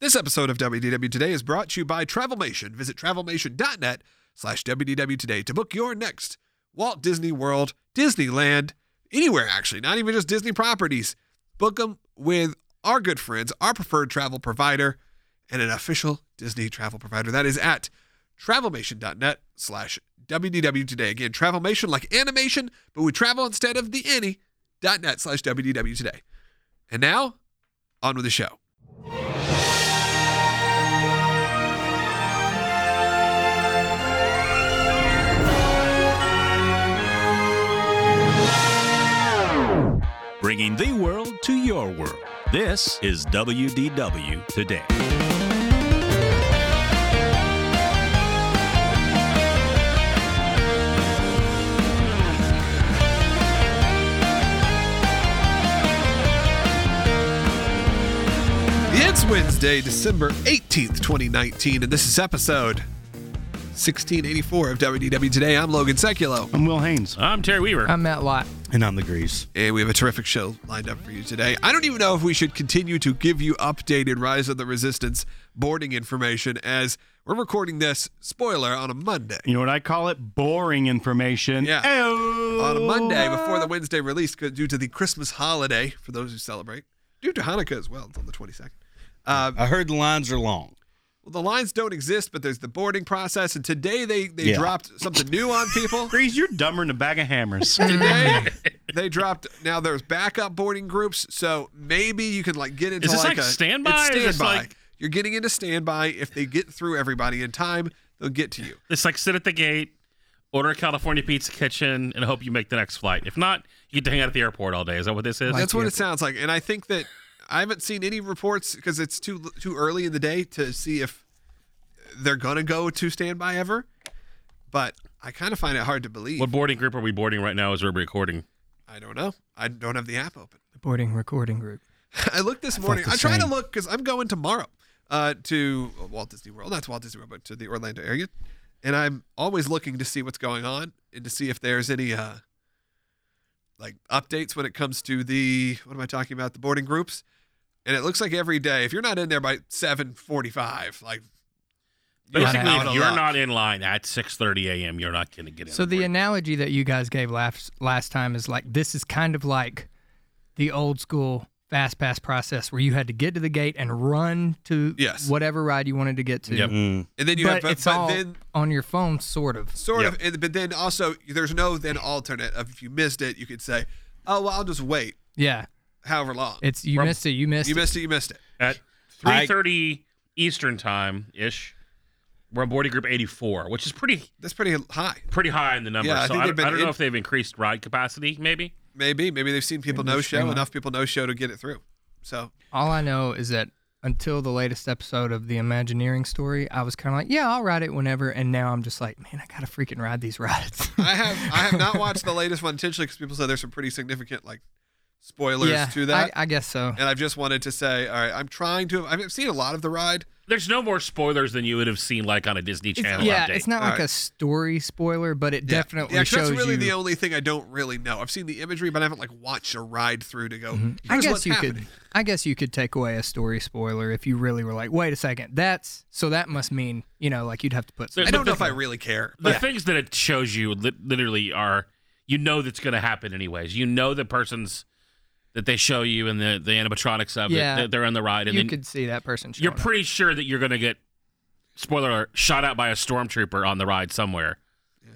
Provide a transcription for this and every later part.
This episode of WDW Today is brought to you by Travelmation. Visit travelmation.net slash WDW Today to book your next Walt Disney World, Disneyland, anywhere actually, not even just Disney properties. Book them with our good friends, our preferred travel provider, and an official Disney travel provider. That is at travelmation.net slash WDW Today. Again, Travelmation like animation, but we travel instead of the any, dot net slash WDW Today. And now, on with the show. bringing the world to your world. This is WDW Today. It's Wednesday, December 18th, 2019, and this is episode 1684 of WDW Today. I'm Logan Seculo, I'm Will Haynes. I'm Terry Weaver. I'm Matt Lott. And I'm the Grease. and we have a terrific show lined up for you today. I don't even know if we should continue to give you updated Rise of the Resistance boarding information as we're recording this, spoiler, on a Monday. You know what I call it? Boring information. Yeah. Ayo. On a Monday before the Wednesday release due to the Christmas holiday for those who celebrate, due to Hanukkah as well, until the 22nd. Uh, I heard the lines are long. Well, the lines don't exist, but there's the boarding process. And today they they Yeah. dropped something new on people. Grease, you're dumber than a bag of hammers. today they dropped. Now there's backup boarding groups, so maybe you can like get into Is this like a standby It's or just standby. like- You're getting into standby. If they get through everybody in time, they'll get to you. It's like sit at the gate, order a California Pizza Kitchen, and hope you make the next flight. If not, you get to hang out at the airport all day. Is that what this is? That's what it sounds like. And I think that I haven't seen any reports because it's too too early in the day to see if they're gonna go to standby ever. But I kind of find it hard to believe. what boarding group are we boarding right now as we're recording? I don't know. I don't have the app open. The boarding recording group. I looked this morning. the I tried to same. look because I'm going tomorrow uh, to Walt Disney World. That's Walt Disney World, but to the Orlando area. And I'm always looking to see what's going on and to see if there's any uh, like updates when it comes to the what am I talking about? The boarding groups. And it looks like every day, if you're not in there by 7:45, like you're Basically, out if of you're luck. not in line at 6:30 a.m., you're not going to get in. So the analogy that you guys gave last last time is like this is kind of like the old school fast pass process where you had to get to the gate and run to Yes. whatever ride you wanted to get to. Yep. and then you But have, but, it's but all then on your phone, sort of. sort of, and- but then also there's no then alternate of if you missed it, you could say, oh well, I'll just wait Yeah, however long. it's you missed it. You missed. you it. missed it. You missed it. at 3:30 Eastern time ish, we're on boarding group 84, which is pretty That's pretty high. pretty high in the number. Yeah, I so think they've I, don't, been I don't in- know if they've increased ride capacity. Maybe Maybe. Maybe they've seen people no show, enough people no show to get it through. So All I know is that until the latest episode of the Imagineering story, I was kind of like, yeah, I'll ride it whenever. And now I'm just like, man, I gotta freaking ride these rides. I have I have not watched the latest one intentionally because people said there's some pretty significant like spoilers yeah, to that. I, I guess so. and I've just wanted to say, all right, I'm trying to. I've seen a lot of the ride. there's no more spoilers than you would have seen like on a Disney Channel yeah, update. it's not All like right. a story spoiler, but it Yeah. definitely yeah, 'cause shows that's really you. the only thing I don't really know. I've seen the imagery, but I haven't like watched a ride through to go. Mm-hmm. I "Here's guess what's you could. happening." I guess you could take away a story spoiler if you really were like, wait a second, that's so that must mean you know, like you'd have to put. I Some, But don't know if the- I really care. The things that it shows you li- literally are you know that's going to happen anyways. You know the person's that they show you and the the animatronics of Yeah. it that they're on the ride, and you then could see that person. you're showing up. pretty sure that you're going to get spoiler alert, shot out by a stormtrooper on the ride somewhere.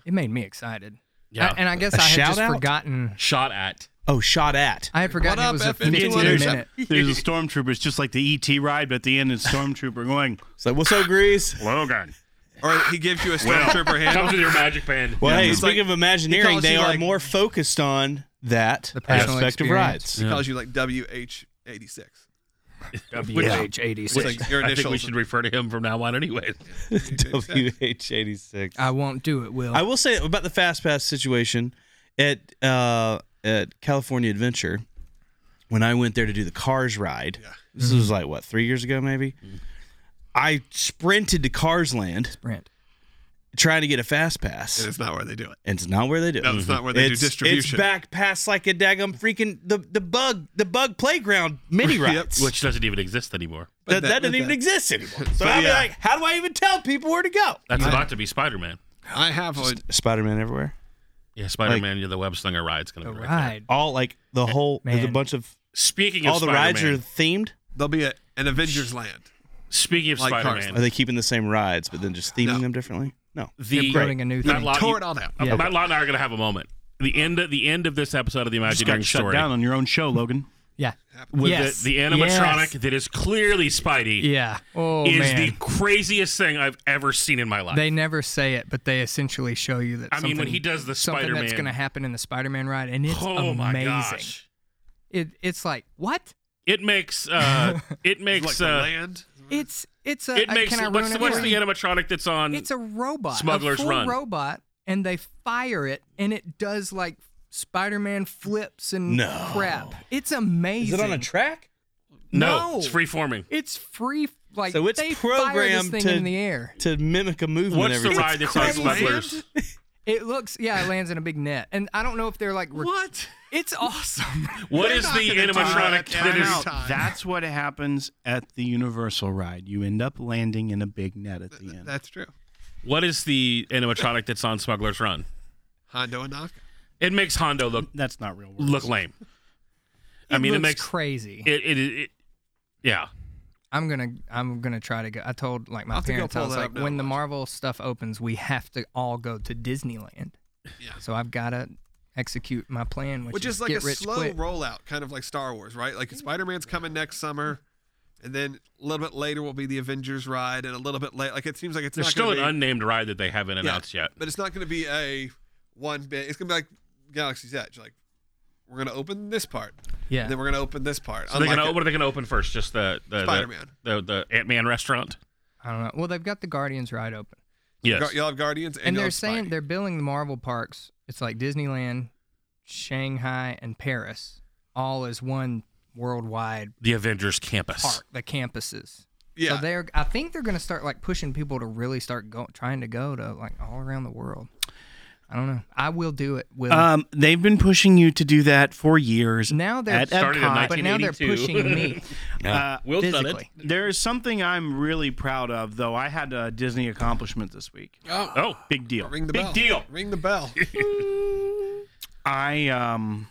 It made me excited. Yeah, I- and I guess A I had just shout-out? forgotten. shot at. Oh, shot at. I had forgotten up, it was a F-52? 15 There's Yeah. minute. a, there's a stormtrooper. It's just like the ET ride, but at the end, it's stormtrooper going, It's like, what's up, Grease? Logan, Or he gives you a stormtrooper hand. comes with your magic band. Well, hey, Yeah. speaking of He Imagineering, calls they you, are like- more focused on that The personal aspect of experience. rides. He calls you like WH86. WH eighty It's six. like your I think we initials. should refer to him from now on, anyways. WH86. Uh, I won't do it, Will. I will say about the fast pass situation at uh, at California Adventure when I went there to do the Cars ride. This was like Mm-hmm. what three years ago, maybe. I sprinted to Cars Land Brent. trying to get a fast pass. and it's not where they do it. And it's not where they do. No, it's not where they do It's- It's distribution. back past like a daggum freaking the, the bug the bug playground mini rides. which doesn't even exist anymore. But that, that, that- doesn't but even that- exist anymore. So I'm yeah. like, how do I even tell people where to go? That's about to be Spider Man. I have a, Spider Man everywhere. Yeah, Spider Man. you're the web slinger ride's gonna The be right. there. ride. All like the whole there's a Man. bunch of Speaking of all the rides Spider-Man, are themed. there'll be a, an Avengers Land. speaking of like cars. Spider Are Man, they keeping the same rides but then just theming No. them differently? No. the They're building a new Matt thing. Lott- Tore it all down. Yeah. Matt Lott and I are gonna have a moment. The end of the end of this episode of the just Imagineering got shut Story down on your own show, Logan. Yeah. with yes. the, the animatronic Yes. that is clearly Spidey Yeah. Oh is man. the craziest thing I've ever seen in my life. They never say it, but they essentially show you that. I mean, when something- he does the something that's Spider-Man- going to happen in the Spider-Man ride, and it's oh amazing. my gosh. It, it's like what? It makes uh it It's makes like the uh land. It's it's a. it makes Uh, can I what's, ruin it what's for the you? animatronic that's on It's a robot. Smuggler's a full Run. robot, and they fire it, and it does like Spider-Man flips and No. crap. It's amazing. track? no, no. it's free forming. It's free. Like So it's they fire this programmed thing to- in the air. To mimic a movement What's every the time. ride that's on crazy. Smugglers? It looks yeah, it lands in a big net, and I don't know if they're like re- What? It's awesome. What They're is not the gonna do animatronic that that every is time. That's what happens at the Universal ride. You end up landing in a big net at the end. That's true. What is the animatronic that's on Smuggler's Run? Hondo and Naka. It makes Hondo look That's not real. World. look lame. I mean, looks it makes crazy. it, it, it yeah. I'm gonna I'm gonna try to go. I told like my I'll have to go parents I pull was that like, up now when the and watch it. Marvel stuff opens, we have to all go to Disneyland. Yeah. So I've gotta execute my plan, which, Which is like get a rich slow quick. rollout, kind of like Star Wars, right? Like Spider Man's coming next summer, and then a little bit later will be the Avengers ride, and a little bit later, like it seems like it's There's not still gonna an be, unnamed ride that they haven't Yeah, announced yet. But it's not going to be a one bit. It's going to be like Galaxy's Edge. Like we're going to open this part, yeah. then we're going to open this part. So they're Unlike gonna, it- what are they going to open first? Just the the Spider-Man. the, the, the Ant Man restaurant. I don't know. Well, they've got the Guardians ride open, Yes. Gu- You'll have Guardians, and, and you'll they're have saying Spidey. they're billing the Marvel parks. It's like Disneyland, Shanghai, and Paris, all as one worldwide the Avengers campus. park. The campuses. yeah. So they're. I think they're gonna start like pushing people to really start go, trying to go to like all around the world. I don't know. I will do it. Will Um, they've been pushing you to do that for years. now they're at Started in Epcot, but now they're 1982. pushing me uh, Will done it. physically. There is something I'm really proud of, though. I had a Disney accomplishment this week. Oh, Big deal. ring the big bell. deal. Ring the bell. I um,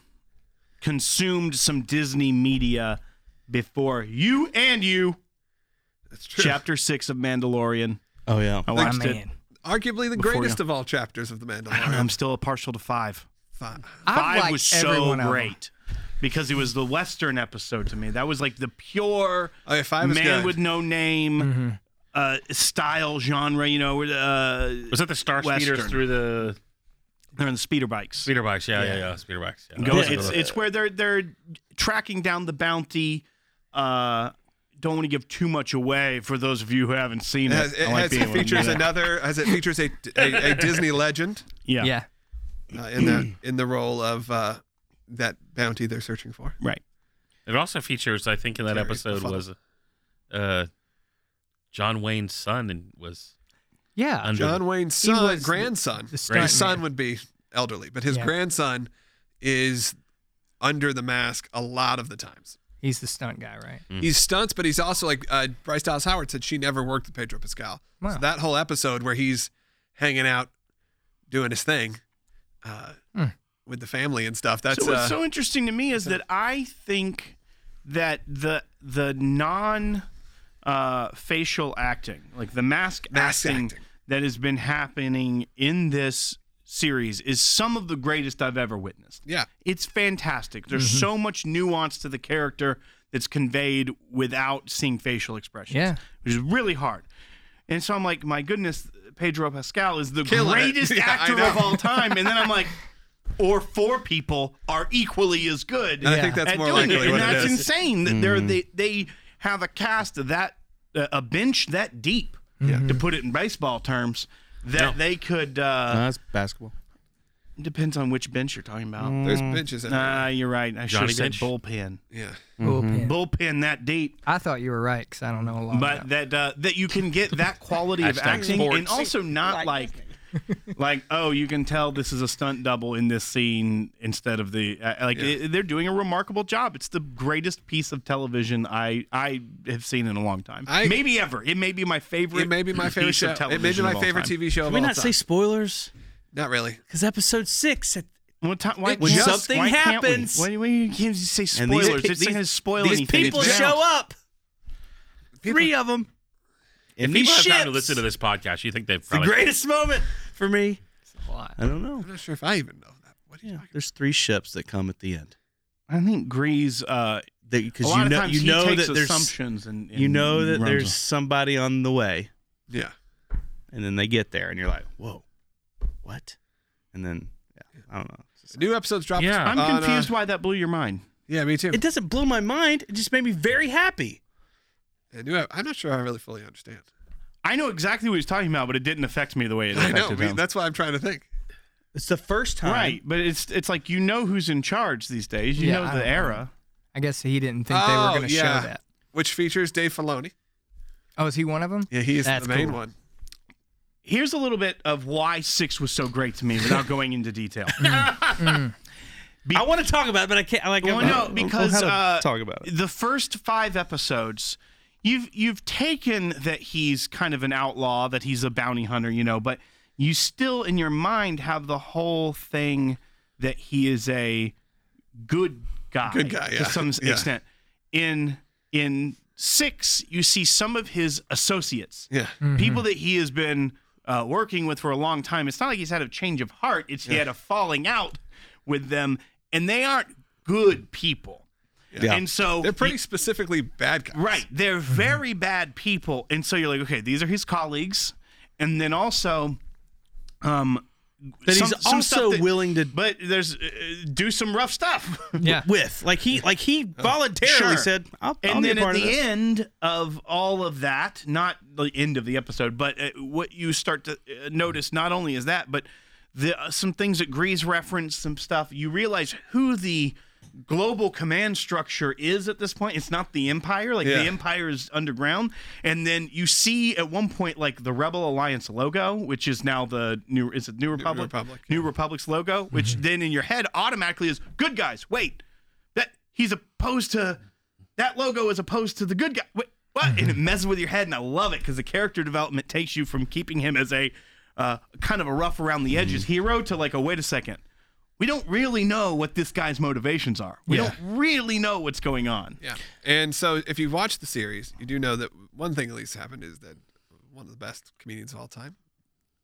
consumed some Disney media before you and you. That's true. Chapter six of Mandalorian. Oh yeah. I My watched it. man. Arguably the Before you- greatest of all chapters of the I'm Mandalorian. still a partial to five. Fine. I Five like was every so one of them. great because it was the Western episode to me. That was like the pure Okay, Uh, five is man good. Mm-hmm. with no name uh, style genre. You know, where the, uh, was that the Star Speeders Western. through the they're in the speeder bikes. speeder bikes? Yeah, yeah, yeah. Speeder bikes. Yeah. Go, it's it's where they're they're tracking down the bounty. Uh, don't want to give too much away for those of you who haven't seen It it. has, it I like has being able to do features that. another as it features a, a, a Disney legend Yeah. Yeah. uh, in the in the role of uh, that bounty they're searching for. right. It also features, I think, in that Jerry episode Buffalo. was uh, John Wayne's son and was Yeah. under. John Wayne's son, was the- grandson. the stunt his son man. would be elderly, but his Yeah. grandson is under the mask a lot of the times. He's the stunt guy, right? Mm. He's stunts, but he's also like uh, Bryce Dallas Howard said she never worked with Pedro Pascal. Wow. So that whole episode where he's hanging out doing his thing uh, Hmm. with the family and stuff. That's Mm. so what's uh, so interesting to me is that I think that the the non uh, facial acting, like the mask, Mask acting, acting. that has been happening in this series is some of the greatest I've ever witnessed. yeah. It's fantastic. There's Mm-hmm. so much nuance to the character that's conveyed without seeing facial expressions. Yeah. Which is really hard. And so I'm like, my goodness, Pedro Pascal is the Killing it. greatest Yeah, I actor know. of all time. And then I'm like, or four people are equally as good. And I think that's at more doing likely it. And what it is. that's Mm-hmm. insane that they're, they they have a cast of that uh, a bench that deep, to put it in baseball terms, that they could uh, that's basketball. depends on which bench you're talking about. There's benches in there. Mm, Nah, Ah, you're right. I should Johnny have said Bench? bullpen. yeah. Mm-hmm. Bullpen. Bullpen that deep, I thought you were right Oh, because I don't know a lot. about but that uh, that you can get that quality of Hashtag acting sports. and also not like like, oh, you can tell this is a stunt double in this scene instead of the uh, like. it- they're doing a remarkable job. It's the greatest piece of television I I have seen in a long time, I- maybe ever. It may be my favorite. It may be my favorite piece show. Of It television may be of my all favorite time. TV show Can of we all not say time. spoilers? Not really. Because episode six, it- What time, why, It why- just- Something why can't we? happens. Why do we can't you say And these spoilers? it's pe- not these- going to spoil these anything. people It's- show up. Three of them. If And people these have time to ships. listen to this podcast, you think they've the probably greatest moment for me. uh, I don't know. I'm not sure if I even know that. What do you Yeah, there's three ships that come at the end. I think Grease. Uh, a Because lot you of know, times you he know takes that there's assumptions and, you and know that runs there's with somebody on the way, Yeah. and then they get there, and you're like, whoa, what? And then yeah, I don't know. New episodes dropped. Yeah. on, them. I'm uh, confused why that blew your mind. yeah, me too. It doesn't blow my mind. It just made me very happy. Yeah, new ep- I'm not sure I really fully understand. I know exactly what he's talking about, but it didn't affect me the way it I know. affected me- him. That's why I'm trying to think. It's the first time. right, but it's it's like you know who's in charge these days. You Yeah, know I the don't era. I guess he didn't think they Oh, were going to yeah. show that. Which features Dave Filoni. Oh, is he one of them? Yeah, he is That's the main cool. one. Here's a little bit of why six was so great to me, without going into detail. I want to talk about it, but I can't. Like, Well, I don't- I no, don't know because how to uh, talk about it. The first five episodes, you've you've taken that he's kind of an outlaw, that he's a bounty hunter, you know, but you still in your mind have the whole thing that he is a good guy, Good guy, yeah. to some Yeah. extent. In in six, you see some of his associates, Yeah. Mm-hmm. people that he has been uh, working with for a long time. It's not like he's had a change of heart. It's he had a falling out with them, and they aren't good people. Yeah. Mm-hmm. And so They're pretty specifically bad guys. right. They're very bad people, and so you're like, okay, these are his colleagues, and then also, um, That some- he's some stuff also that- willing to but there's uh, do some rough stuff. Yeah. with, like he, like he voluntarily Sure. said, "I'll, I'll and be a then at part the of this." end of all of that, not the end of the episode, but uh, what you start to uh, notice not only is that, but the uh, some things that Grease referenced, some stuff you realize who the global command structure is at this point. It's not the Empire, like Yeah. the Empire is underground, and then you see at one point like the Rebel Alliance logo, which is now the new is it New Republic, Republic, New Republic's logo, which Mm-hmm. then in your head automatically is good guys. Wait, that he's opposed to that logo is opposed to the good guy. Wait, what? Mm-hmm. And it messes with your head, and I love it because the character development takes you from keeping him as a uh, kind of a rough around the edges Mm-hmm. hero to like a wait a second. We don't really know what this guy's motivations are. We Yeah. don't really know what's going on. Yeah. And so if you've watched the series, you do know that one thing at least happened is that one of the best comedians of all time,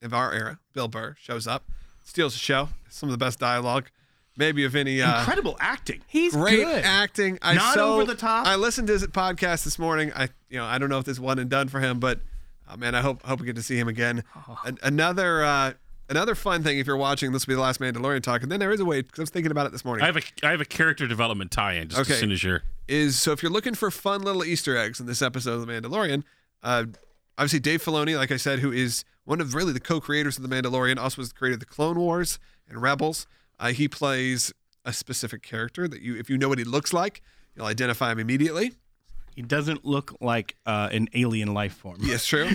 of our era, Bill Burr, shows up, steals the show, some of the best dialogue, maybe of any uh, Incredible acting. He's great good. acting. I Not so- over the top. I listened to his podcast this morning. I you know I don't know if this one and done for him, but oh man, I hope hope we get to see him again. An- another uh, another fun thing if you're watching, this will be the last Mandalorian talk, and then there is a way because I was thinking about it this morning. I have a I have a character development tie-in just Okay. as soon as you're is so if you're looking for fun little Easter eggs in this episode of The Mandalorian, uh, obviously Dave Filoni, like I said, who is one of really the co-creators of The Mandalorian, also was the creator of the Clone Wars and Rebels. Uh, he plays a specific character that you, if you know what he looks like, you'll identify him immediately. He doesn't look like uh, an alien life form. Yes, true.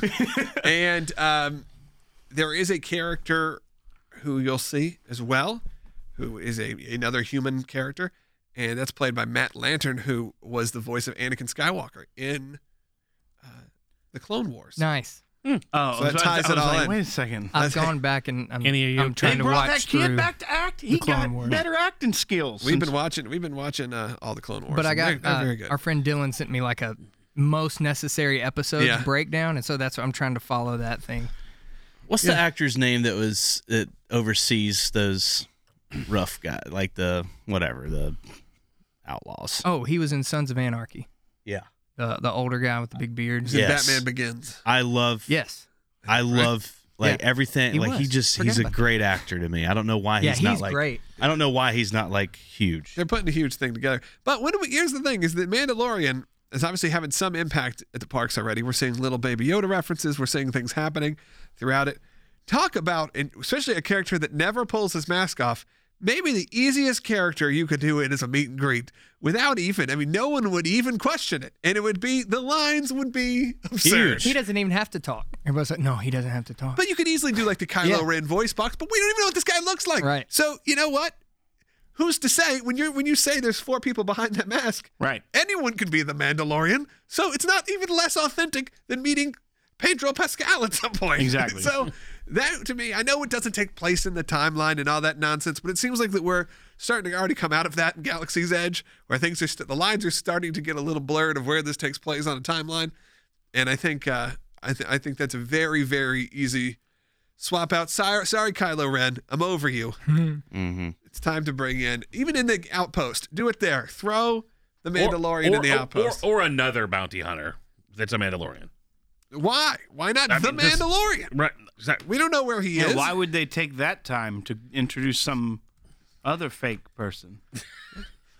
and um, there is a character who you'll see as well, who is a another human character, and that's played by Matt Lantern, who was the voice of Anakin Skywalker in uh, the Clone Wars. Nice. So Oh, that I was- ties I was it all like, in. Wait a second. I've gone back and I'm, Any of you trying I'm trying they to brought watch that through. kid back to act. He Clone got Wars. better acting skills. We've since- been watching. We've been watching uh, all the Clone Wars. but I and got they're, they're uh, very good. our friend Dylan sent me like a most necessary episodes Yeah. breakdown, and so that's what I'm trying to follow that thing. What's the actor's name that was that oversees those rough guys, like the whatever the outlaws? Oh, he was in Sons of Anarchy, Yeah, the the older guy with the big beard. He's in Yes. Batman Begins. I love. Yes. I love like Yeah. everything. He like he was. just Forgot he's a about that. great actor to me. I don't know why Yeah, Uh, he's not he's like great. I don't know why he's not like huge. They're putting a huge thing together. But when do we, here's the thing: is that Mandalorian is obviously having some impact at the parks already. We're seeing little Baby Yoda references. We're seeing things happening throughout it. Talk about, and especially a character that never pulls his mask off, maybe the easiest character you could do it is a meet and greet without even. I mean, no one would even question it, and it would be the lines would be absurd. He doesn't even have to talk. Everybody's like, no, he doesn't have to talk. But you could easily do like the Kylo Yeah. Ren voice box, but we don't even know what this guy looks like. Right. So you know what? Who's to say when you when you say there's four people behind that mask? Right. Anyone could be the Mandalorian. So it's not even less authentic than meeting Pedro Pascal at some point. Exactly. so that to me, I know it doesn't take place in the timeline and all that nonsense, but it seems like that we're starting to already come out of that in Galaxy's Edge, where things are st- the lines are starting to get a little blurred of where this takes place on a timeline and I think uh, I, th- I think that's a very very easy swap out. Sorry, sorry Kylo Ren, I'm over you. Hmm. Mm-hmm. It's time to bring in even in the outpost. Do it there. Throw the Mandalorian or, in the or- outpost. or, or another bounty hunter that's a Mandalorian. Why? Why not I the mean, just- Mandalorian? Right. Exactly. We don't know where he Yeah, is. why would they take that time to introduce some other fake person?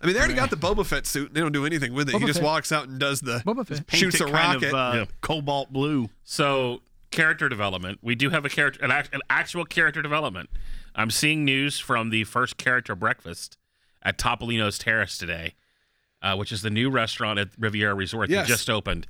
I mean, they already got the Boba Fett suit. and They don't do anything with it. he Boba just Fett. walks out and does the Boba Fett. Paint shoots it a kind rocket. Of, uh, Yeah. Cobalt blue. So character development. We do have a character, an, act, an actual character development. I'm seeing news from the first character breakfast at Topolino's Terrace today, uh, which is the new restaurant at Riviera Resort Yes. that just opened.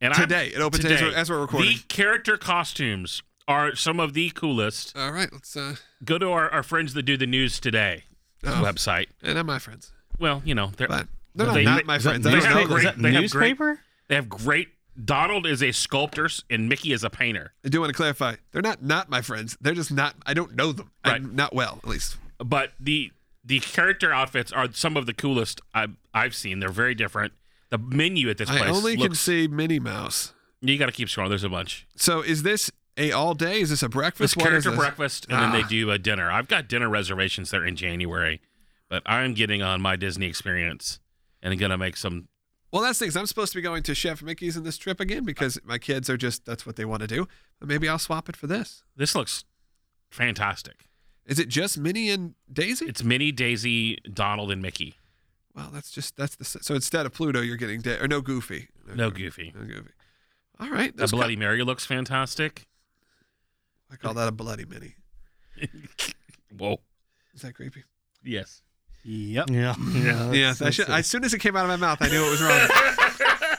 And Today. It opened as we're- as we're recording. The character costumes are some of the coolest. All right, let's. uh Go to our, our friends that do the news today Oh. website. And I'm my friends, Well, you know they're but they're not, They- not my friends. I they don't have know a them. great- that they have newspaper? they have great. Donald is a sculptor s- and Mickey is a painter. I do want to clarify. They're not not my friends. They're just not. I don't know them. I- Right. not well, at least. but the the character outfits are some of the coolest I've, I've seen. They're very different. The menu at this I place only can looks. see Minnie Mouse. you got to keep scrolling. There's a bunch. So is this a all day? Is this a It's breakfast? What is character this? breakfast, and then Ah. they do a dinner. I've got dinner reservations there in January, but I'm getting on my Disney experience and gonna make some. Well, that's things. I'm supposed to be going to Chef Mickey's in this trip again because my kids are just that's what they want to do. But maybe I'll swap it for this. This looks fantastic. Is it just Minnie and Daisy? It's Minnie, Daisy, Donald, and Mickey. well, that's just that's the so instead of Pluto, you're getting da- or no Goofy. No Goofy. No Goofy. All right. The those Bloody Mary looks fantastic. co- I call that a bloody Minnie. Whoa. Is that creepy? Yes. Yep. Yeah. Yeah. yeah. I should, as soon as it came out of my mouth, I knew it was wrong.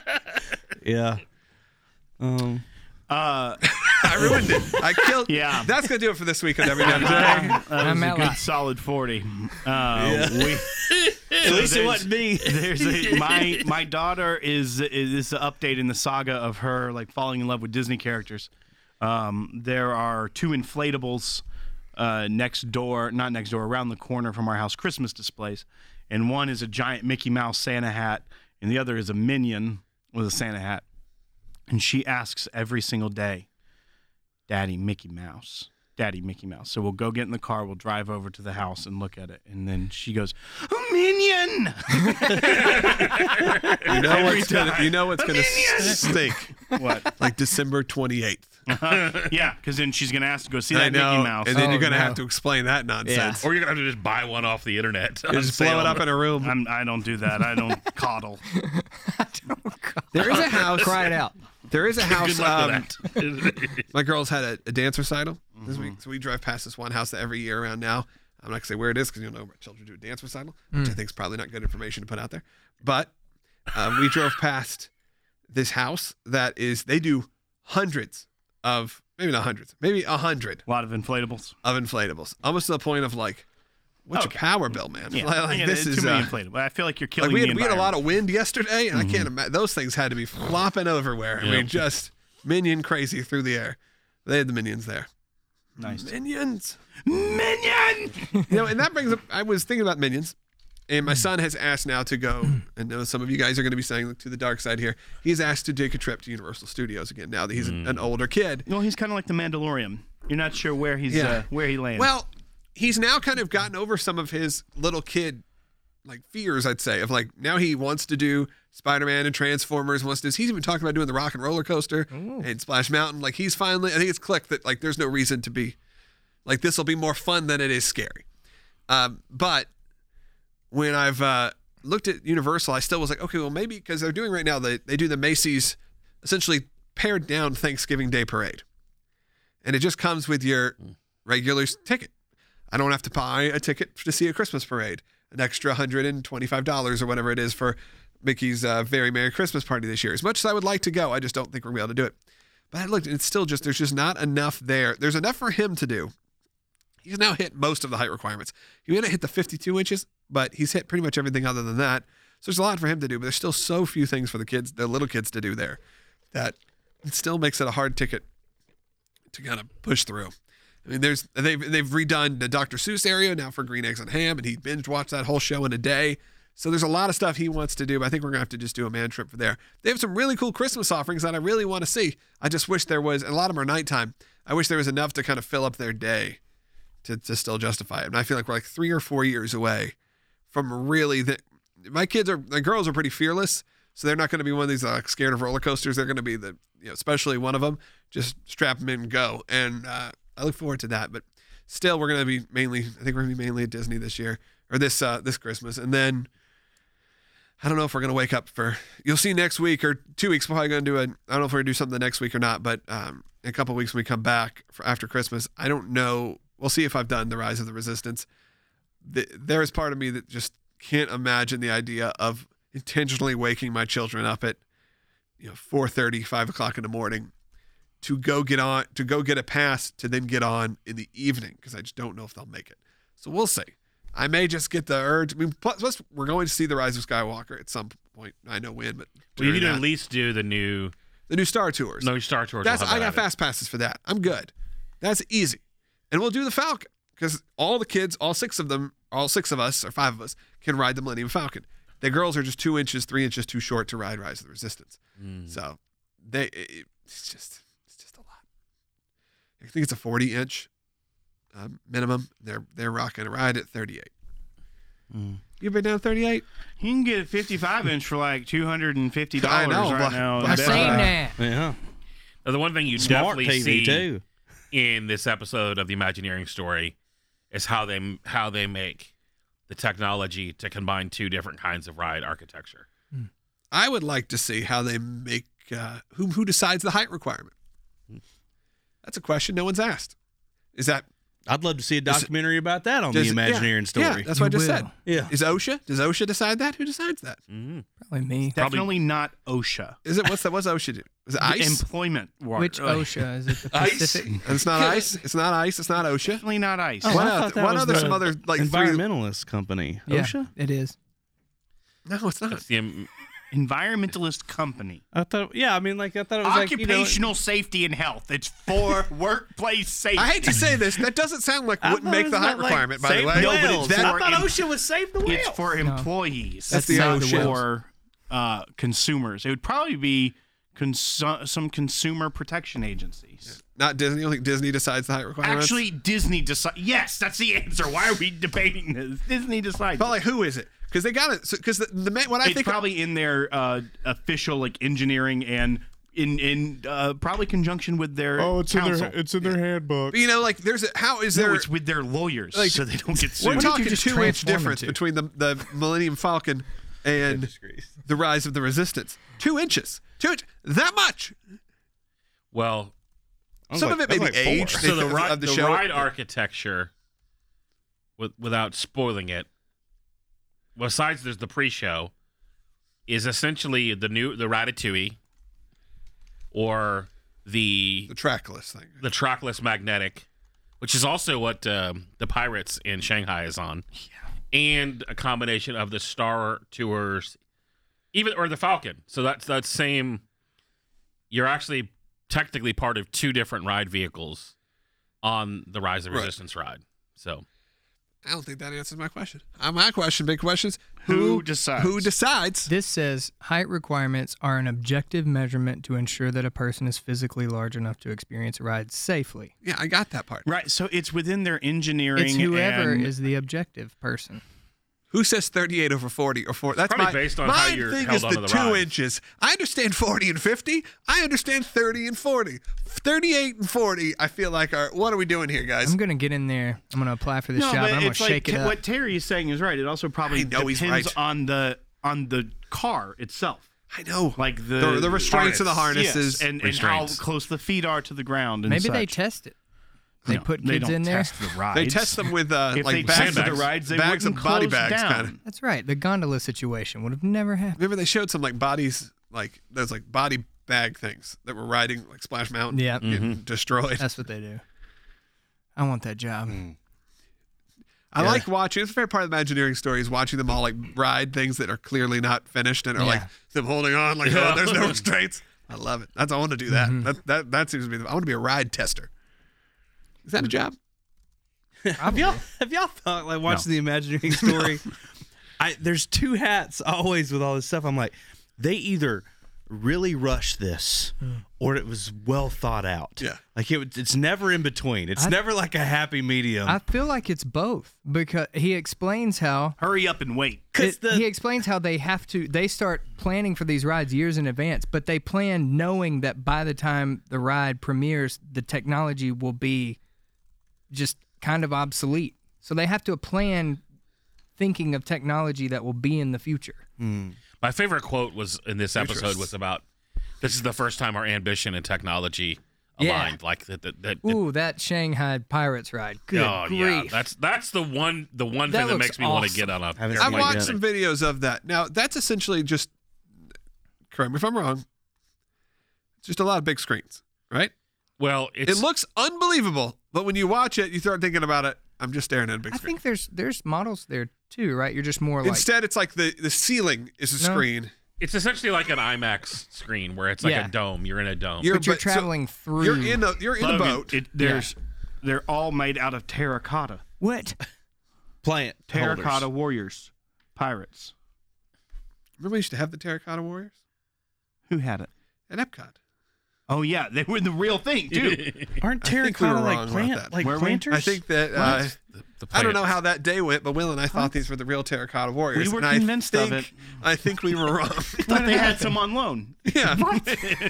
yeah. Um, Uh, I ruined it. I killed. Yeah. That's gonna do it for this week of Every Damn Thing. that was I'm a out. good solid forty. Uh, we, at least it there's- wasn't me. There's a, my my daughter is is this is an update in the saga of her like falling in love with Disney characters. Um, there are two inflatables uh, next door, not next door, around the corner from our house Christmas displays, and one is a giant Mickey Mouse Santa hat, and the other is a minion with a Santa hat. And she asks every single day, Daddy Mickey Mouse. Daddy Mickey Mouse. So we'll go get in the car, we'll drive over to the house and look at it. And then she goes, A minion! You know Every what's gonna, time. you know what's gonna Minions! stink. What? Like December 28th. yeah, because then she's gonna ask to go see I that know. Mickey Mouse. And then Oh, you're gonna no. have to explain that nonsense. Or you're gonna have to just buy one off the internet. Or just blow it up in a room. Oh. I'm, I don't do that. I don't coddle. there is a house. Cry it out. There is a house. Good luck Um, with that. my girls had a, a dance recital this Mm-hmm. week, so we drive past this one house every year around now. I'm not gonna say where it is because you'll know my children do a dance recital, which Mm. I think is probably not good information to put out there. But um, we drove past this house that is they do hundreds of maybe not hundreds, maybe a hundred A lot of inflatables. of inflatables, almost to the point of like, what's Okay. your power bill, man? Yeah, Like, like, yeah, this too is many uh, inflatable. I feel like you're like killing we the had, we had a lot of wind yesterday, and I can't imagine those things had to be flopping everywhere. I Yeah. mean, just minion crazy through the air. They had the minions there. Nice. Minions. minion. You know, and that brings up. I was thinking about minions, and my son has asked now to go. I know some of you guys are going to be saying to the dark side here. He's asked to take a trip to Universal Studios again now that he's an, an older kid. Well, he's kind of like the Mandalorian. You're not sure where he's Yeah. uh, where he lands. Well, he's now kind of gotten over some of his little kid like fears, I'd say, of like now he wants to do Spider Man and Transformers, wants to he's even talking about doing the rock and roller coaster and Splash Mountain. Like he's finally I think it's clicked that like there's no reason to be like this will be more fun than it is scary. Um, but when I've uh, looked at Universal, I still was like, okay, well maybe because they're doing right now they, they do the Macy's essentially pared down Thanksgiving Day parade. And it just comes with your regular s- ticket. I don't have to buy a ticket to see a Christmas parade. An extra hundred and twenty-five dollars or whatever it is for Mickey's uh, very merry Christmas party this year. As much as I would like to go, I just don't think we're gonna be able to do it. But I looked, and it's still just there's just not enough there. There's enough for him to do. He's now hit most of the height requirements. He may not hit the 52 inches, but he's hit pretty much everything other than that. So there's a lot for him to do, but there's still so few things for the kids, the little kids to do there, that it still makes it a hard ticket to kind of push through. I mean, there's they've they've redone the Dr. Seuss area now for Green Eggs and Ham, and he binge watched that whole show in a day. So there's a lot of stuff he wants to do, but I think we're gonna have to just do a man trip for there. They have some really cool Christmas offerings that I really want to see. I just wish there was, and a lot of them are nighttime. I wish there was enough to kind of fill up their day to, to still justify it. And I feel like we're like three or four years away from really the, my kids are the girls are pretty fearless, so they're not going to be one of these like scared of roller coasters. They're going to be the you know, especially one of them, just strap them in and go. And uh, I look forward to that. But still, we're going to be mainly. I think we're going to be mainly at Disney this year or this uh, this Christmas, and then. I don't know if we're gonna wake up for. You'll see next week or two weeks. Probably gonna do a. I don't know if we're gonna do something next week or not, but um, in a couple weeks when we come back for after Christmas, I don't know. We'll see if I've done the Rise of the Resistance. The, there is part of me that just can't imagine the idea of intentionally waking my children up at you know 4:30, 5 o'clock in the morning to go get on to go get a pass to then get on in the evening because I just don't know if they'll make it. So we'll see. I may just get the urge. I mean, plus, plus we're going to see the Rise of Skywalker at some point. I know when, but Well, you need to during at that- least do the new the new Star Tours. no Star Tours. That's will have I that got added. fast passes for that. I'm good. That's easy. And we'll do the Falcon because all the kids, all six of them, all six of us or five of us can ride the Millennium Falcon. The girls are just two inches, three inches too short to ride Rise of the Resistance. Mm. So they, it- it's just, it's just a lot. I think it's a 40 inch um, minimum. They're they're rocking a ride at 38. You've been down 38. You can get a 55 inch for like 250 I dollars know, right but- now. uh, but I I've seen Yeah. that. Yeah. Now, the one thing you Smart definitely TV see too. in this episode of the Imagineering story is how they how they make the technology to combine two different kinds of ride architecture. I would like to see how they make uh, who who decides the height requirement. That's a question no one's asked. Is that I'd love to see a Does- documentary about that on does- the Imagineering yeah, Yeah, story. that's what I You just said. will. Yeah. Is OSHA? Does OSHA decide that? Who decides that? Mm. Probably Probably- me. Definitely not OSHA. Is it what's that? What's OSHA do? Is it The ice? Employment Uh, war. Which Like, OSHA is it? The Ice? Pacific. And it's not ice. It's not ice. It's not OSHA. Definitely not ICE. Oh, What I oth- thought that what was other the some other like three? Environmentalist company. Yeah, OSHA? it is. No, it's not. That's the im- Environmentalist company. I thought yeah, I mean like I thought it was Occupational like you know, safety and health. It's for workplace safety. I hate to say this. That doesn't sound like I wouldn't thought make it the was height about, like, requirement. by the save way, the But whales. it's that- I thought OSHA was save the whales. It's for employees. That's the it's not OSHA. for uh, consumers. It would probably be consu- some consumer protection agencies. not Disney. You don't think Disney decides the height requirement? Actually, Disney decides. Yes, that's the answer. Why are we debating this? Disney decides. but like, who is it? Because they got it. Because the, the main- what I it's think probably in their uh, official like engineering and in in uh, probably conjunction with their Oh, council. it's in their handbook. But, you know, like there's a, how is no, there? it's with their lawyers, Like, so they don't get we're sued. talking you just two inch transform difference into? between the the Millennium Falcon and the Rise of the Resistance. Two inches. Two inch. That much. well, Some of it may be age so the of ride, the the, show. ride architecture, with, without spoiling it, besides there's the pre-show, is essentially the new the Ratatouille, or the the trackless thing. the trackless magnetic, which is also what um, the pirates in Shanghai is on, and a combination of the Star Tours, even or the Falcon. So that's that same. You're actually technically part of two different ride vehicles on the Rise of Right. Resistance ride. So I don't think that answers my question. Uh, my question, big questions. Who decides? Who decides? This says height requirements are an objective measurement to ensure that a person is physically large enough to experience a ride safely. Yeah, I got that part. Right, so it's within their engineering. It's whoever and- is the objective person. Who says 38 over 40 or 4? That's Probably my, based on my how you're thing held is the, onto the two ride. inches. I understand 40 and 50. I understand 30 and 40. 38 and 40, I feel like are, what are we doing here, guys? I'm gonna get in there. I'm gonna apply for this no, job. but and I'm gonna it's like shake Te- it up. what Terry is saying is right. It also I probably know he's depends right. on the on the car itself, I know. like the the, the restraints of the harnesses. yes, and, and how Restraints. close the feet are to the ground. And Maybe they such. test it. They No, put they kids don't in there. test the rides. They test them with uh, If like they bags, tested sandbags. the rides, they bags of wouldn't body close bags. down. Kinda. That's right. The gondola situation would have never happened. Remember they showed some like bodies, like those like body bag things that were riding like Splash Mountain, Yeah. getting destroyed. That's what they do. I want that job. Mm. I like watching. It's a favorite part of the Imagineering story is watching them all like ride things that are clearly not finished and are like Yeah. them holding on like oh, there's no restraints. I love it. That's I want to do that. That that that seems to be. The, I want to be a ride tester. Is that a job? Have y'all have y'all thought like watching the Imagineering story? I there's two hats always with all this stuff. I'm like, they either really rush this or it was well thought out. Yeah. Like it was- it's never in between. It's I- never like a happy medium. I feel like it's both because he explains how Hurry up and wait. Cause it- the he explains how they have to they start planning for these rides years in advance, but they plan knowing that by the time the ride premieres, the technology will be just kind of obsolete. So they have to plan thinking of technology that will be in the future. My favorite quote was in this episode was about this is the first time our ambition and technology Yeah. aligned. Like that. that, that Ooh, that Shanghai Pirates ride. Good oh yeah, grief. that's that's the one the one That thing that looks makes me want to awesome. get on a. haven't I seen it watched yet. some videos of that. Now that's essentially just correct me if I'm wrong. It's just a lot of big screens, right? Well, it's it looks unbelievable, but when you watch it, you start thinking about it. I'm just staring at a big I screen. think there's there's models there too, right? You're just more like Instead, it's like the the ceiling is a No. screen. it's essentially like an IMAX screen where it's like Yeah. a dome. You're in a dome. You're- but you're but- so traveling through You're in a you're in a Logan, boat. It, there's, They're all made out of terracotta. what? plant Terracotta holders. warriors. Pirates. Remember, we used to have the Terracotta Warriors Who had it? at Epcot. Oh, yeah. They were the real thing, too. Aren't think we were terracotta wrong like about plant that. like Were we? planters? I think that uh, The- the I don't know plant. how that day went, but Will and I thought these were the real Terracotta Warriors. were and I convinced of think, it. I think we were wrong. Thought they had some on loan. yeah.